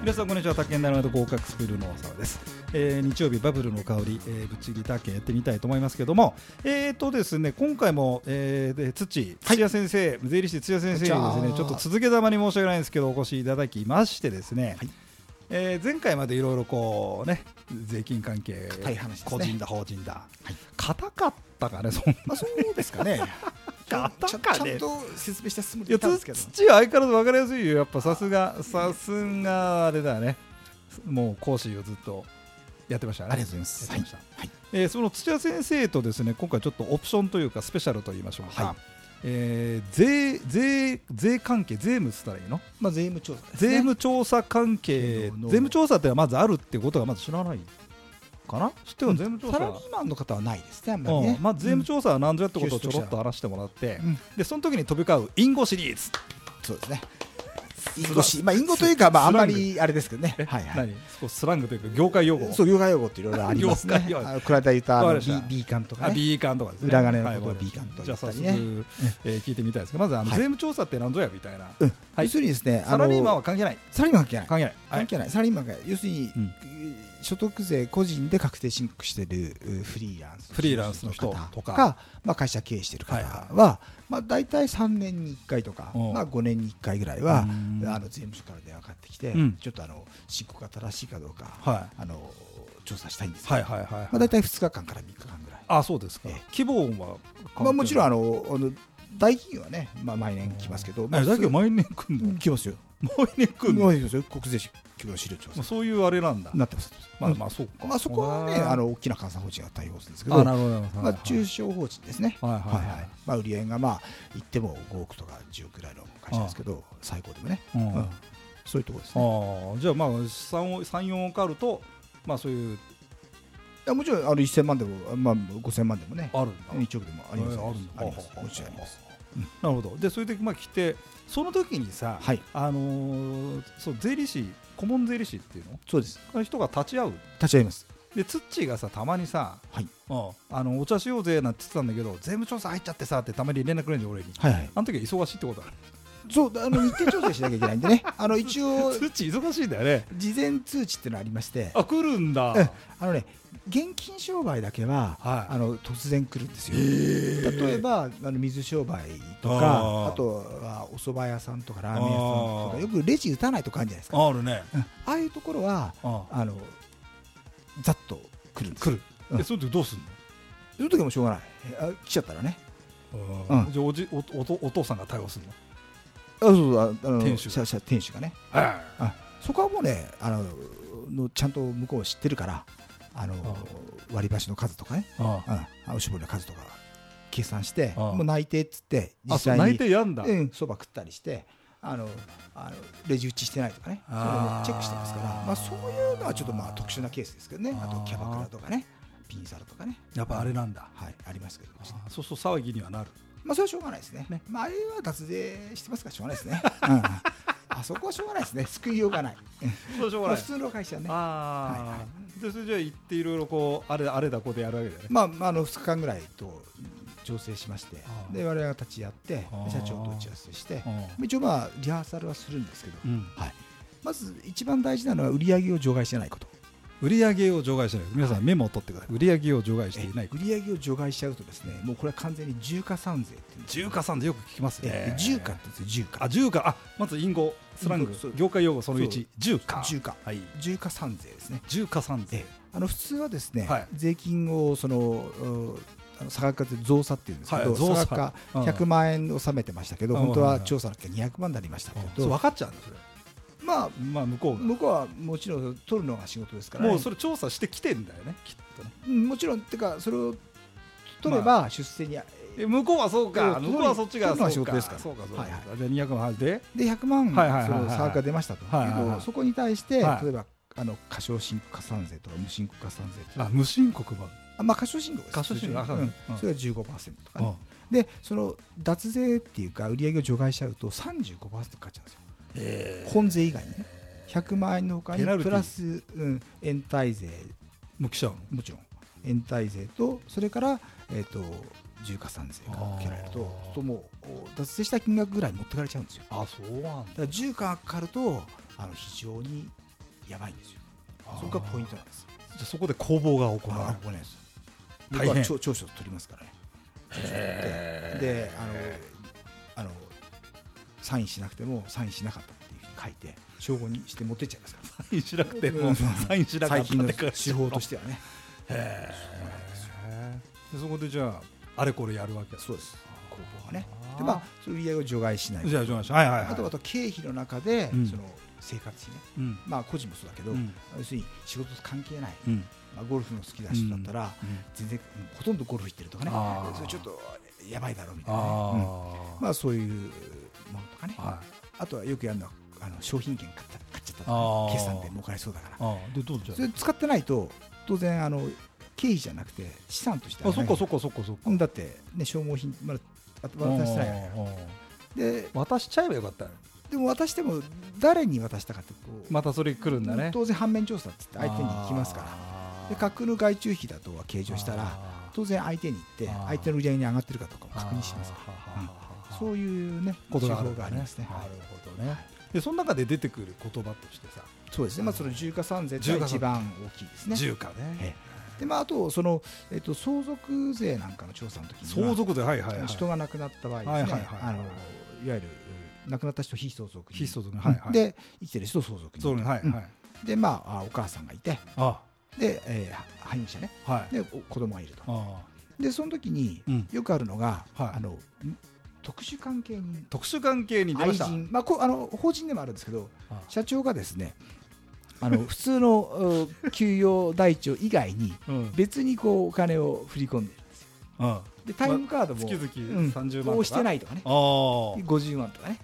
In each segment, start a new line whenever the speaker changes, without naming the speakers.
皆さんこんにちは宅建ダイナ合格スクールの大沢です、えー、日曜日バブルの香り、えー、ぶっちぎり宅建やってみたいと思いますけどもえっ、ー、とですね今回も、えー、土土屋先生、はい、税理士土屋先生にですねちょっと続けざまに申し訳ないんですけどお越しいただきましてですね、はいえー、前回までいろいろこうね税金関係、
ね、
個人だ法人だ、はい、硬かったかねそんな、
まあ、そうですかね
硬か
ねちゃんと説明したつも
りだった土は相変わらず分かりやすいよやっぱさすがさすがあれだねもう講師をずっとやってましたね
ありがとうございます
はい、はい、えー、その土屋先生とですね今回ちょっとオプションというかスペシャルと言いましょうか、はいえー、税税税関係、税務っつったらいいの、
まあ、税務調査、ね、
税務調査関係、税務調査っていうのはまずあるってことがまず知らないかな、知ってる、うん、税務調査
サラリーマンの方はないですね、あんまりね、
うん、まあ、税務調査は何ぞやってことをちょろっと話してもらって、うん、でその時に飛び交う隠語シリーズ。
そうですね隠語し、まあ、隠語というか、まあ、あんまりあれですけどね、
はいはい、何スラングというか、業界用語、
そう、業界用語っていろいろあり ますね、倉田豊の B, B
館とか、ね、B 館とかですね、
裏金のことは B 館とか、
じゃあ早速、ねえー、聞いてみたいですけど、まずあの、税務調査ってなんぞやみたいな、
はい、要するにですね、
サラリーマンは関係ない、
サラリーマン関係ない、
関係ない、
関係ない、サラリーマンが、要するに、所得税個人で確定申告しているフリーランス
フリーランスの人
とかまあ、会社経営している方は、まあ、大体3年に1回とか、まあ、5年に1回ぐらいはあの税務署から電話かかってきて、ちょっとあの申告が正しいかどうか、あの調査したいんですけど、まあ、大体2日間から3日間ぐらい
あそうですか、規模は、
まあ、もちろんあのあの大企業はね、まあ、毎年来ますけど、
まあ、大企業毎年来るの
来ますよ
毎年来るの
毎年来ますよ国税企業資料調査
そういうあれなんだ
なってます
まあまあそうか、
まあ、そこはねあの大きな監査法人が対応するんですけど
なるほど、
まあ、中小法人ですね
はいはいはい、
まあ、売上がまあ言っても5億とか10億ぐらいの会社ですけど最高でもね、うんそういうところですね
あじゃあまあ34億あるとまあそういう
いやもちろんあの1000万でも、まあ、5000万でもね
あるんだ
1億でもあります、
あ
りますもちろんあります
なるほどでそういう時まあ来てその時にさ、はい、あのー、そう税理士顧問税理士っていうの
そうです
の人が立ち会う
立ち会います
でツッチーがさたまにさ、
はい、
あのお茶しようぜなんて言ってたんだけど税務調査入っちゃってさってたまに連絡くれんじゃん俺に、
はいはい、
あの時は忙しいって ことある
そうあの日程調整しなきゃいけないんで ね、あの一応、
通知忙しいんだよね
事前通知っていうのありまし て、
あ来るんだ、
あのね、現金商売だけは、、
はい
あの突然来るんですよ、例えばあの水商売とか、あとはお蕎麦屋さんとかラーメン屋さんとか、よくレジ打たないとかあるんじゃないですか、
あるね、
ああいうところは、あのざっと来るんです
来る、えそういう時どうすんの
その時もしょうがない、あ来ちゃったらね。
じゃおじおおお父さんが対応するの
あそうあの店主が店主がね、あそこはもうねあののちゃんと向こう知ってるからあの割り箸の数とかねああ、おしぼりの数とか計算してもう内定っつって
実際に内定やんだ
そば、食ったりしてあのあのレジ打ちしてないとかねそれもチェックしてますからまあ、そういうのはちょっとまあ特殊なケースですけどねあとキャバクラとかねピンサロとかね
やっぱあれなんだ
はいありますけど
そうそう騒ぎにはなる
まあ、それはしょうがないですね。ねまあ、あれは脱税してますからしょうがないですね。 あそこはしょうがないですね。救いようがない。
そうしょうがない。
普通の会社ね。
ああ。で、それじゃ行っていろいろこう、あれ、あれだこでやるわけだね。
まあ、あの二日間ぐらいと。調整しまして、で我々が立ち会って社長と打ち合わせして、一応まあリハーサルはするんですけど、はい、まず一番大事なのは売り上げを除外してないこと。
売上を除外しない、皆さんメモを取ってください、売上を除外していない、
売上を除外しちゃうと、ですねもうこれは完全に重加算税って
重加算税、よく聞きますね、
重加って言うんですよ、重加、
あ重加、あまず隠語、スラング、業界用語その1、重加、
重加、はい、重加算税ですね、
重加算税、
あの普通はですね、税金をその差額で増差っていうんですけど、増差額100万円納めてましたけど、本当は調査の結果200万になりましたけど、
分かっちゃうんですよ。
まあ、
まあ向こう
向こうはもちろん取るのが仕事ですから、
ね、もうそれ調査してきてんだよねきっとね、
うん、もちろんっていうかそれを取れば出世に、ま
あ、向こうはそうか向こうはそっちが
仕事ですから
そうかそうか、はいはい、で200万で
で100万その差額が出ましたと、はいはいはい、そこに対して、はい、例えばあの過小申告加算税とか無申告加算税
あ無申告も
あまあ過小申告です
過小申告、
うん、それが15%とか、ねでその脱税っていうか売り上げを除外しちゃうと35%かかっちゃうんですよ本税以外にね100万円のほかにプラス、うん、延滞税
もちろん
延滞税とそれから、えーと、と重加算税が受けられるとともう脱税した金額ぐらい持ってかれちゃうんですよ
あそうなん
だ重加がかかるとあの非常にやばいんですよそこがポイントなんです
じゃそこで攻防が行わ
れる僕は長所取りますからねであのあのサインしなくてもサインしなかったっていうふうに書いて証拠にして持ってっちゃいますから
サインしな くて もサインしなかったって
手法としてはね
へえそこでじゃああれこれやるわけ
そうです工房はねでまあそういう売り上げを除外しない
じゃあ除外しない、はいはい
あとあと経費の中で、その生活費ね、うん、まあ個人もそうだけど、うん、要するに仕事と関係ない、うん、まあ、ゴルフの好きな人だったら、全然ほとんどゴルフ行ってるとかねそれちょっとやばいだろうみたいな、ね、まあそういうものとかね、はい、あとはよくやるのはあの商品券買った買っちゃったとか、ね、決算で儲かりそうだから
でどうじゃ
それ使ってないと当然あの経費じゃなくて資産として
あそっかそっかそっかそっか
だって、ね、消耗品まだ渡してない
で渡しちゃえばよかったよ
でも渡しても誰に渡したかってこ
うまたそれ来るんだね
当然反面調査って相手に行きますからで架空の外注費だとは計上したら当然相手に行って相手の売り上げに上がってるかとかも確認しますからそういうね
ことが
あ
りますねなるほどねでその中で出てくる言葉としてさ
そうですねまあその重加算税が一番大きいですね
重加ね
でまあ、あとその、えっと、相続税なんかの調査の時に、
相続税、はいはい
人が亡くなった場合ですね、はいはいあのいわゆる亡くなった人非相続
非相続、はいはい、
で生きてる人相続、
に、はいはい
でまあお母さんがいてあで、えー、配偶者ね、はい、で子供がいるとでその時によくあるのが、あの特殊関係人
特殊関係人出ました
まあ、こあの法人でもあるんですけど社長がですねあ の普通の給与台帳以外に別にこうお金を振り込んでるんですよ、でタイムカードも、
月々30万、
としてないとかね50万とかね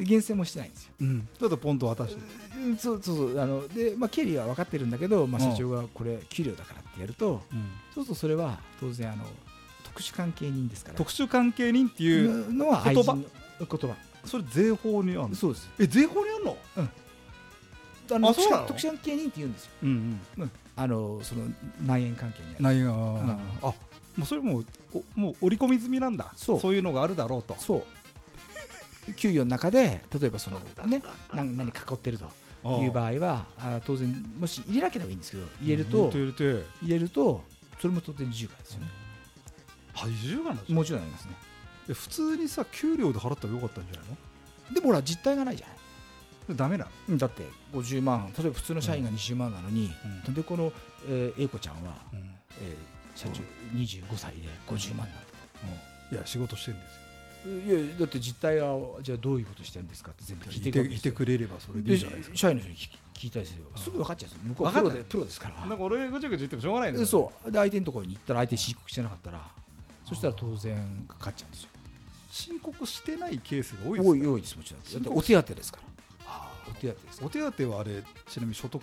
厳選もしてないんですよ、うん
ちょっとポンと渡して、
うん、そうそうそうあので、まあ、経理は分かってるんだけど、まあ、社長がこれ給料だからってやると、うん、そうするとそれは当然あの特殊関係人ですから
特殊関係人っていう
のは
言葉
言葉
それ税法にあるの
そうです
え税法にあるの、うん
あの特殊関係人って言うんですよ、うんうんあのその内縁関係に
内縁あ、あもうそれもおもう織り込み済みなんだそうそういうのがあるだろうと
そう給与の中で例えばその、ね、何何囲ってるという場合はあ当然もし入れなければいいんですけど入れると、
入
れるとそれも当然自由化ですよね。
はい、自由化なん
もちろんありますね。
普通にさ給料で払ったらよかったんじゃない
のでもほら実態がないじゃない
ダメな
のだって50万例えば普通の社員が20万なのに、なんでこの、えー、A 子ちゃんは、うえ社長25歳で50万になる
と、いや仕事してるんですよ
いやだって実態はじゃあどういうことしてるんですかって全部聞いて
いてくれればそれでいいじゃないですか
社員の人に聞いたりすればすぐ分かっちゃうんです向こうはプロでプロですから
なんか俺ぐちゃぐちゃ言ってもしょうがない
でそうで相手のところに行ったら相手申告してなかったらそしたら当然かかっちゃうんですよ
申告してないケースが多い
です多いですもちろんだってお手当ですからお手当です
お手当はあれちなみに所得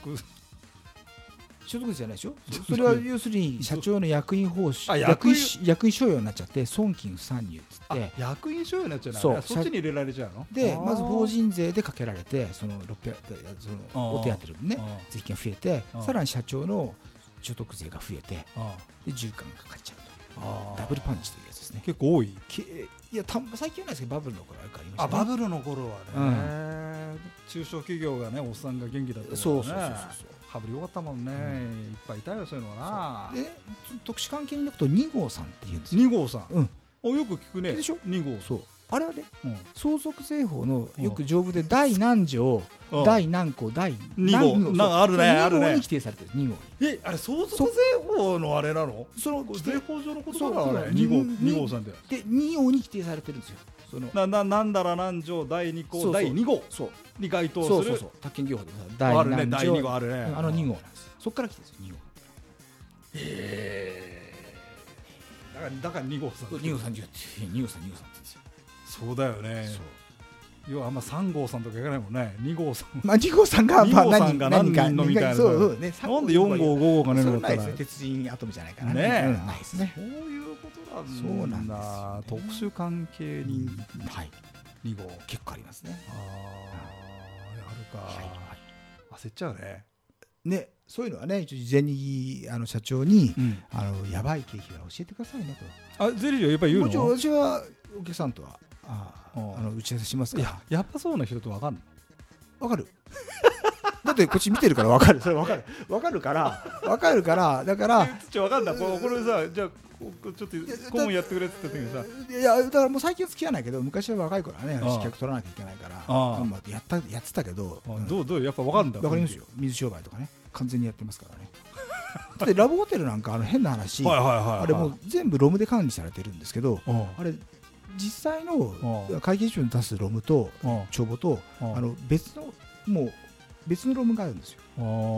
所得じゃないでしょそれは要するに社長の役員報酬役員役員賞与になっちゃって損金不参入っつって
役員賞与になっちゃうのそっちに入れられちゃうの
でまず法人税でかけられてその600そのお手当でね税金が増えてさらに社長の所得税が増えてで10巻がかかっちゃうとダブルパンチというやつですね
結構多い、
いやた最近はないですけどバブルの頃ありました
ね、バブルの頃はね、うん、中小企業がねおっさんが元気だったから、ね、
そうそうそうそう
羽振りよかったもんね、うん、いっぱいいたよそういうのは
なで特殊関係人のことを2号さんって言うんです
よ2号さん、
うん、
およく聞くね
でしょ
2号
そうあれはね、うん、相続税法のよく丈夫で第何条、うん、第何項第
何号なんあるねあるね
に規定されてる2号
えあれ相続税法のあれなの
その
税法上のことだからね2号二号さんで
で2号に規定されてるんですよ
そのなななんだら何条第2項第2号
そう
に該当するそうそうそう
宅建業法でさ
第あるね第2号あるね
あの2号なんですそこから来てるんですよ2号
へえだからだから2号さん
2号さん2号さん2号さん2号さんって言うんですよ
そうだよね。要はあんま3号さんとかいかないもんね、2号さん。
まあ、2号さんが、まあ、
何が何人のみたいな。
そうそうね、
なんで4号、5号がね、
そうですね、鉄人アトムじゃないかな。
ね
ないですね。
そういうことなんだ。そうなんです特殊関係人、
はい。
2号。
結構ありますね。
ああ、やるか。焦っちゃうね。
ね。そういうのはね、事前にあの社長に、あのやばい経費は教えてくださいね
と。あ、ゼリーはやっぱり言うの？
もちろん私はお客さんとはあの打ち合わせします
ややっぱそうな人と分かんない
分かるだってこっち見てるから分かるそれ分かる分かるから分かるからだから
ちょ分かん ないこれさじゃあちょっと顧問やってくれって言った時に
さいやだからもう最近は付き合わないけど昔は若い頃はね客取らなきゃいけないからやったやってたけど、
うん、どうどうやっぱ分かるんだ
分かりますよ水商売とかね完全にやってますからねだってラブホテルなんかあの変な話あれもう全部ロムで管理されてるんですけどあれ実際の会計書に出すロムと帳簿とあの別のもう別のロムがあるんですよ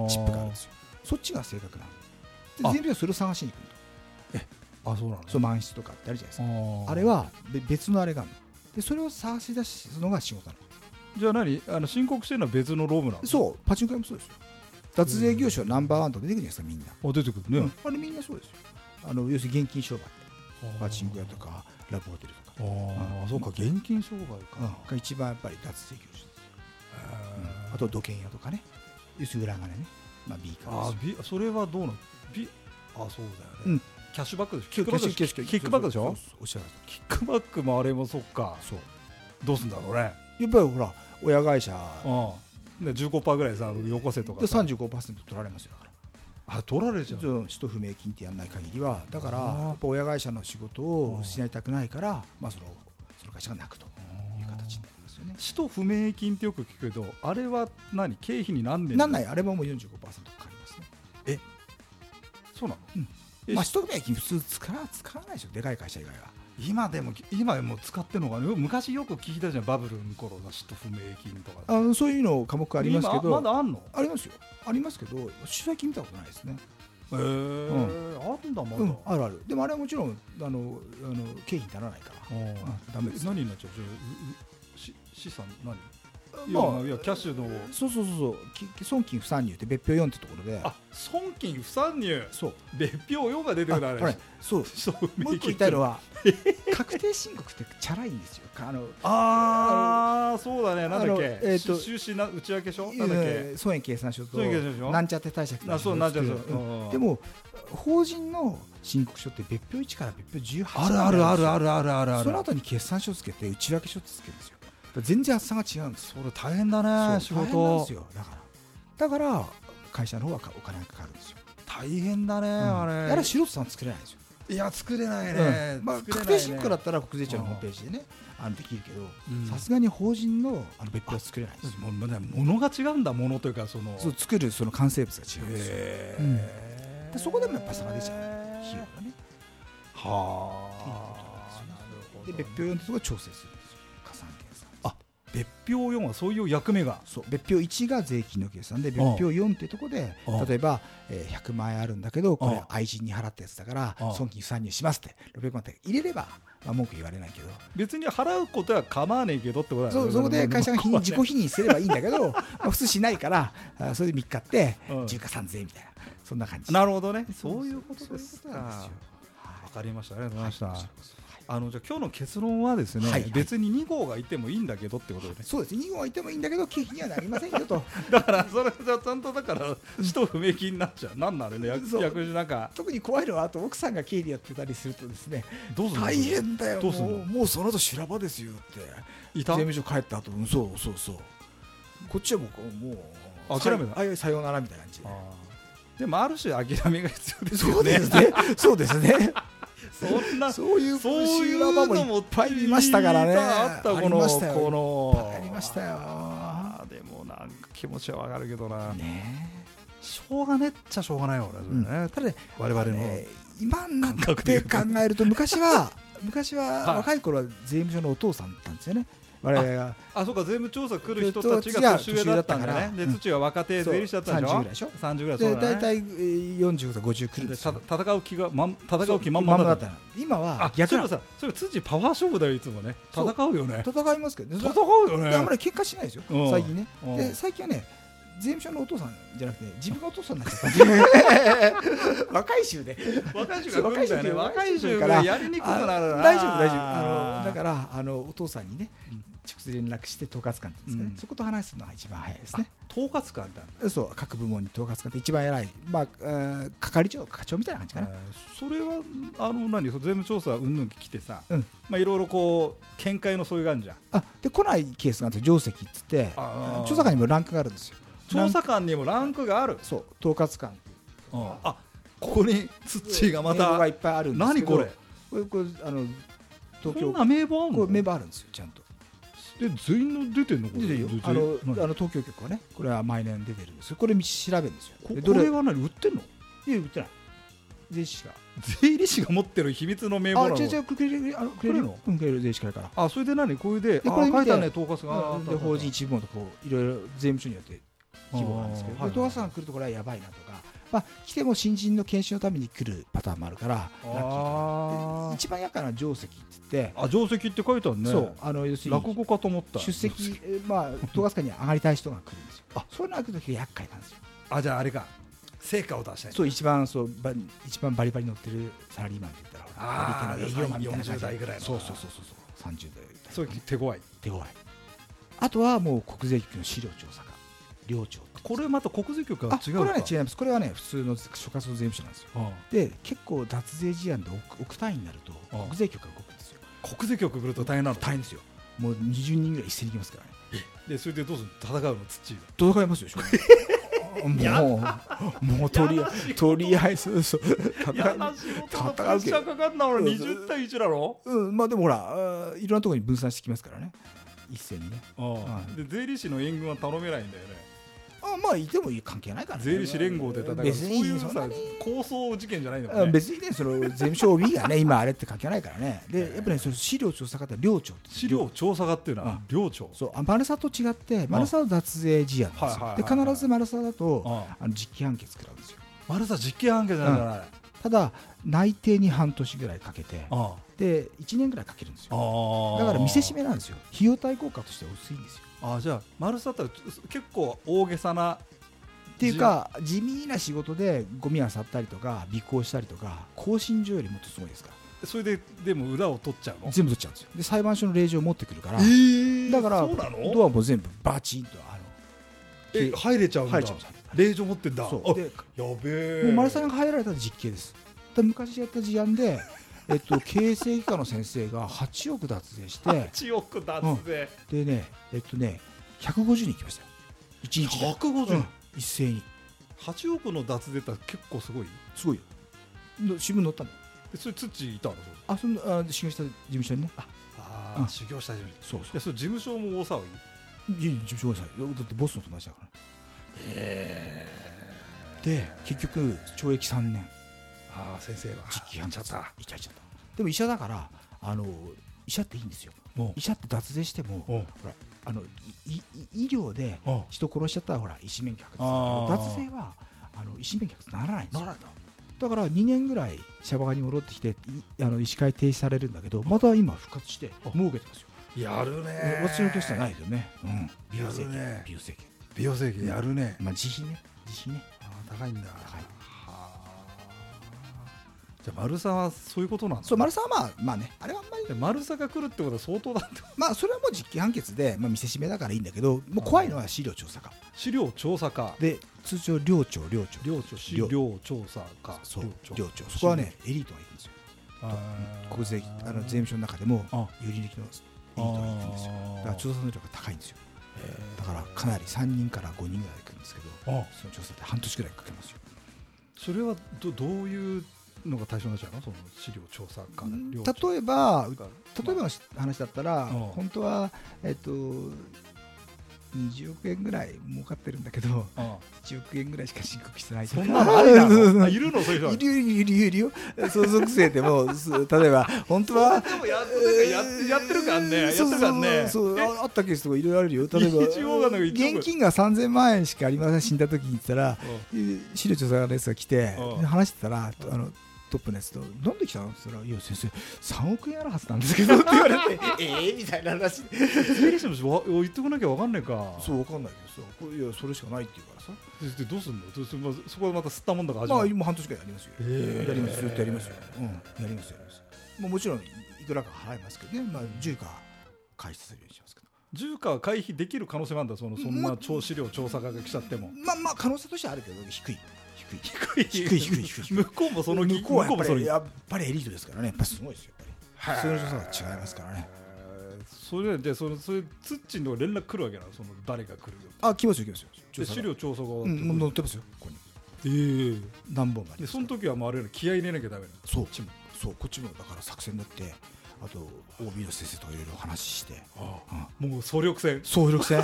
チップがあるんですよそっちが正確なの全部それを探しに行く
えあそうなの、
ね、そう満室とかってあるじゃないですかあれは別のあれがあるでそれを探し出すのが仕事なの
じゃあ何あの申告してるのは別のロムなの
そうパチンコ屋もそうですよ脱税業者ナンバーワンと出てくるじゃないですかみんな
あ出てくるね、うん、
あれみんなそうですよあの要するに現金商売パチンコ屋とかラブホテルとか
ああそうか現金商売か、
うん、一番やっぱり脱税業者あと土建屋とかね要するに裏金ね、まあ、B
からあ B それはどうなの B あそうだよね、キャッシュバックでしょキ
ックバック
でしょキックバックでしょ
おっしゃる
キックバックもあれもそっか
そう
どうすんだろうねや
っぱりほら親会社
で15%ぐらいさよこせとか
で35%取られますよ
あ取られちゃう
使途不明金ってやらない限りはだから親会社の仕事を失いたくないから、まあ、そのその会社が泣くという形になりますよね
使途不明金ってよく聞くけどあれは何経費になんね
んなんないあれはもう45%かかりますね
えそうなの、うん
まあ、使途不明金普通使わ使わないでしょでかい会社以外は
今でも今も使ってるのが、ね、昔よく聞いたじゃんバブルの頃の使途不明金とか
あのそういうの科目ありますけど
まだあんの
ありますよありますけど最近見たことないですね
へえーうん、あるんだまだ、うん、
あるあるでもあれはもちろんあのあの経費にならないから
ダメです何になっちゃうし資産何まあ、いやキャッシュの
そうそうそうそう損金不参入って別表4ってところで
あ損金不参入
そう
別表4が出てくるあ れ
そうもう一個言いたいのは 確定申告ってチャラいんですよあの
ああそうだねなんだっけ、えーと、と収支な内訳書なんだっけ
損益計算書となんちゃって対策
あそうなんちゃって、
うん、でも法人の申告書って別表1から別表18
あるあるあるあるあるあるある
その後に決算書つけて内訳書つけるんですよ全然厚さが違うんです
それ大変だね仕事
だからだから会社の方はお金がかかるんですよ
大変だね、うん、あれ
やら素人さん作れないですよ
いや作れないね、
まあ、確定申告だったら国税庁のホームページでねあのできるけどさすがに法人のあの別府は作れないですよも
のが違うんだものというかその
そう作るその完成物が違うんですよ、うん、そこでもやっぱ差が出ちゃう費用がね
はあ
で別府4のところ調整する
別表4はそういう役目が
そう別表1が税金の計算で別表4っていうところで例えば、えー、100万円あるんだけどこれ愛人に払ったやつだから損金不参入しますって600万って入れれば、まあ、文句言われないけど
別に払うことは構わねえけどってことだ
よねそこで会社が否認自己否認すればいいんだけど普通しないからそれで3日って10か3000円みたいなそんな感じ
なるほどねそういうことですかわかりましたありがとうございました、はいあのじゃ今日の結論はですね、はいはい、別に2号がいてもいいんだけどってことで、ね、
そうです2号がいてもいいんだけど経費にはなりませんよ と
だからそれじゃちゃんとだから使途不明金になっちゃうなんなるね逆になんか
特に怖いのはあと奥さんが経理やってたりするとですね
どうす
大変だよもうその後修羅場ですよって
いた
税務署帰った後、うん、そうそうそうこっちはもうも
う諦め
たさようならみたいな感じ
でもある種諦めが必要です
よね そうですね
そんな、
そういう、そういうのもいっぱい見ましたからね。
あった、この、こ
の。ありましたよ。
でも、なんか気持ちはわかるけどな。
ね。
しょうがねっちゃしょうがないよね。うん、ね
ただね、
我々の、
ね。今なんかで考えると、昔 は、昔は若い頃は税務署のお父さんだったんですよね。我々が
あそうか税務調査来る人たちが年上だったんだねで土は若手税理士だったんでしょ30
ぐらいでしょ30
ぐらい
そうだ、ね、大体40とか50来るんです
戦う気が、ま、戦う気満々だった
今は
逆にさそれ土パワー勝負だよいつもね戦うよね
戦いますけど
戦うよね
あんまり喧嘩しないですよ最近ねで最近はね税務署のお父さんじゃなくて自分がお父さんになっちゃった 若い衆で
若い衆が来るんだよね若い衆からやりにくくなる
大丈夫大丈夫あのだからあのお父さんにね、うん直接連絡して統括官ですね、うん、そこと話すのが一番早いですね
統括官だ、
ね、そう各部門に統括官って一番偉い、まあ、えー、係長課長みたいな感じかな、
それはあの何税務調査うんぬん来てさ、うん、まあ、いろいろこう見解のそういうがあるじゃん
あで来ないケースがあって定石っつって調査官にもランクがあるんですよ
調査官にもランクがある
そう統括官
ああここに土がまた
がいっぱいあるんです
何これ
これこれあの
こ
東京
んな名簿あん
こ
の
れメンバーあるんですよちゃんと
で全員の出てんのこれ
出てるよ
全員
あの
何
あの東京局はねこれは毎年出てるんですよこれ道調べるんですよ
こ
で
これ
い
は何売ってんの
や売ってない税理士が
税理士が持ってる秘密の名簿
あ
なの
違う違うくれるあのく
くれ
れる
るの
ようんくれる税理士会から
あそれで何これで
で
あ
これ見て
書いたね統括があ
で法人一部門とこういろいろ税務署によって規模があるんですけ
あ
ど
ーはい
で戸川さんが来るところはやばいなとか、まあ、来ても新人の研修のために来るパターンもあるからラッキーかなで
あー
一番厄介な定石って言って、
あ定石って書いてあるね
そうあの要する
落
に
語かと思った
出席、えーまあ、戸川さんに上がりたい人が来るんですよあそういうのが来るとき厄介なんですよ
あじゃああれか成果を出したい
そう一番そうば一番バリバリ乗ってるサラリーマンって言ったら
あー
バリバリの営業マンみた
40
いな感じ
代ぐらいの
そうそうそうそうそう30代
そう手強い
手強いあとはもう国税局の資料調査官領庁って
これまた国税局は
あ
違う
これはね
か
違いますこれはね普通の所轄の税務署なんですよ
あ
で結構脱税事案で億億単位になると
ああ
国税局が動くんですよ
あ国税局来ると大変なの
大変ですよもう20人ぐらい一斉に行きますからね
でそれでどうする戦うの土
戦います よしょもうもうとりあえずとりあえずそう戦
嫌
い
な仕事のプレ
戦う
ッシ
け
ャ
ど
ーかかんな俺20対1だろ
うんまあでもほらあーいろんなところに分散してきますからね一斉にね
ああで税理士の援軍は頼めないんだよね
あまあいてもいい関係ないからね
税理士連合で戦うそう
別に
いう
そん
さ
なに
構想事件じゃないんだ
あ
もんね
別にね、その税務署 OB がね、今、あれって関係ないからね、でやっぱり、ね、その資料調査方、領庁って
資料調査課っていうの
あ
は領庁
そう、あマルサと違って、マルサは脱税事案なんです
はいはい
よ。
はい
で、
はい
必ずマルサだと、
ああ
あの実刑判決食らうんですよ。
あれさ実験案件じゃないからあれ
ただ、内定に半年ぐらいかけて、
あ
で、1年ぐらいかけるんです
あ
よ。
ああ
だから見せしめなんですよ。費用対効果としては薄いんですよ。
あじゃあ丸さったら結構大げさな
っていうか、地味な仕事でゴミ漁ったりとか、尾行したりとか、更新所よりもっとすごいですか
それででも裏を取っちゃう
ら、
の
全部取っちゃうんですよ。で、裁判所の令状を持ってくるから、
え
だから、
そうなの
ドアも全部バチンと、あの、
え入れちゃうんだ
入れちゃうんです
令状持ってんだ
そ
あ
うで
やべえ
もう丸さんが入られたら実刑ですで昔やった事案で、えっと、形成以下の先生が8億脱税して
8億脱税、
でねえっとね150人行きましたよ1日で、
150
うん一斉に
8億の脱税って結構すごい
すごいよの新聞載ったの
でそれ土いたのそれ
あそのあ修行した事務所にねあ
あ
ー
修行した事務所
そう
いやそれ事務所も大騒ぎ
ういやいや事務所ごめんなさいだってボスの友達だから
え
で結局懲役3年
ああ先生が
実刑
やっ
判
ちゃっ
決
た
いっちゃいちゃったでも医者だからあの医者っていいんですよ
も
医者って脱税しても
うお
ほらあのいい医療で
お
人殺しちゃったらほら医師免許剥奪
あー
脱税はあの医師免許剥奪ならないんですよ
ら
だから2年ぐらいシャバガに戻ってきていあの医師会停止されるんだけどまた今復活して儲けてますよ、
やるね
私の年じゃないですよね、うん、美
や
容整
る
形
ね
美容整形
美容整形やるね
まあ自費ね自費ね
ああ高いんだ
高い
はーじゃあ丸さんはそういうことなんだ
そう丸さんはまあまあねあれはあんまり
で丸さが来るってことは相当だって
まあそれはもう実刑判決で、まあ、見せしめだからいいんだけどもう怖いのは資料調査課
資料調査課
で通常領庁領庁
領庁資
領
料調査課
そう
領
領
庁
庁そこはねエリートが行くんですよ
あー
国税あの税務署の中でも
あ
有利益のエリートが行くんですよ
あー
だから調査能力が高いんですよだからかなり3人から5人ぐらい行くんですけど
あ
その調査で半年ぐらいかけますよ
それはどどういうのが対象になっちゃうのその資料調査課領庁
例えば
か
例えばの話だったら
うん
本当はえっと20億円ぐらい儲かってるんだけど
あ
1億円ぐらいしか申告してないと
そ
か
んなのありな
そうそう
の
そ
あ
う
いるのそういう人はい
る いるいるいるよ相続税でもそう例えば本当は
でもやってるやってやってるからねやってるからね
そうそうそうああったケースとかいろいろあるよ例えば
一応がなんか一応が
現金が3000万円しかありません死んだ時に言ったら
えうん
資料調査のやつが来て
うん
で話してたらあのトップのやつと「なんで来たの?」って言ったら「いや先生3億円あるはずなんですけど」って言われ て「ええみたいな話
税理士の人わ言ってこなきゃ分かんないか
そう分かんないけどさこれいやそれしかないって言うからさ
でどうすんのどうすんのそこはまた吸ったもんだから味
ま
わ
あ
う
もう半年間やりますよ、
へえ
やりますずっとやりますよ、うん、やりますやります、まあ、もちろんいくらか払いますけどね、まあ、10か返してするようにしますけど
重課は回避できる可能性もあるんだそのそんな調資料調査課が来ちゃっても
まあまあ可能性としてはあるけど低い低い
低い
低い低い低い
向こうもその
向こうはやっぱ
それ
りやっぱりエリートですからねやっぱりすごいですよやっぱり普通の人とは違いますからね
えーそれでそのそれツッチンと連絡来るわけなのその誰が来るよ
あ来ますよ来ますよ
資料調査が
うん、載ってますよここに
ええー、
何本か
でその時はもうあれよ気合い入れなきゃだめな
そうそうこっちもだから作戦だってあと OB の先生といろいろ話して
ああ、うん、もう総力 戦
総力戦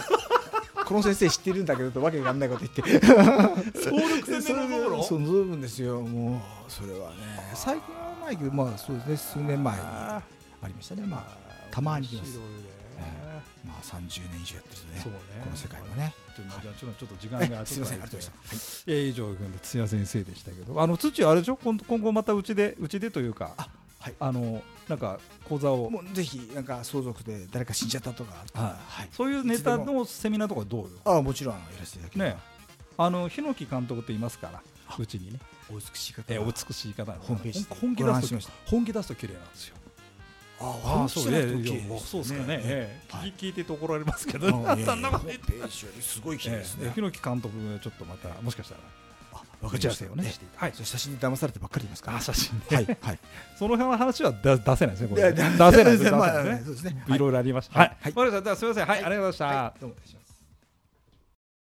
この先生知ってるんだけどとわけがんないこと言って
総力戦で
のそうそうなんですよもうそれはね最近はないけどまあそうですね数年前ありましたねまあたまに、ねうん、まあ30年以上やってるね、そうねこの世界もね。
というのじゃちょっと時間が、
はい、すみません、ありがとうござい
ました。はい、以上軍で土屋先生でしたけど、あの土あれでしょ、今後またうちでうちでというか、あはい、あのなんか講座を
もうぜひなんか相続で誰か死んじゃったとか、はい
はい、そういうネタのセミナーとかどうよ。
あもちろんやらせていただき
ね、あの日野木監督っていますから、うちにね。
お美しい方、
えお美しい方、
本気出すと
本気出すと綺麗なんですよ。
ああ、そうね、
そうですかね、ええ、聞聞いてと怒られますけど、ね、そんなこと言って、
すごい綺麗ですね。
ひろき監督ちょっとまたもしかしたら。
打ち合わせをね、
はい、
写真に騙されてばっかりいますから、
写真
はい、はい、
その辺の話は出せないですね、これ、
出
せないですね、いろいろありました。はい、わかりました、すみません、はい、ありがとうございました。
どうも失礼します。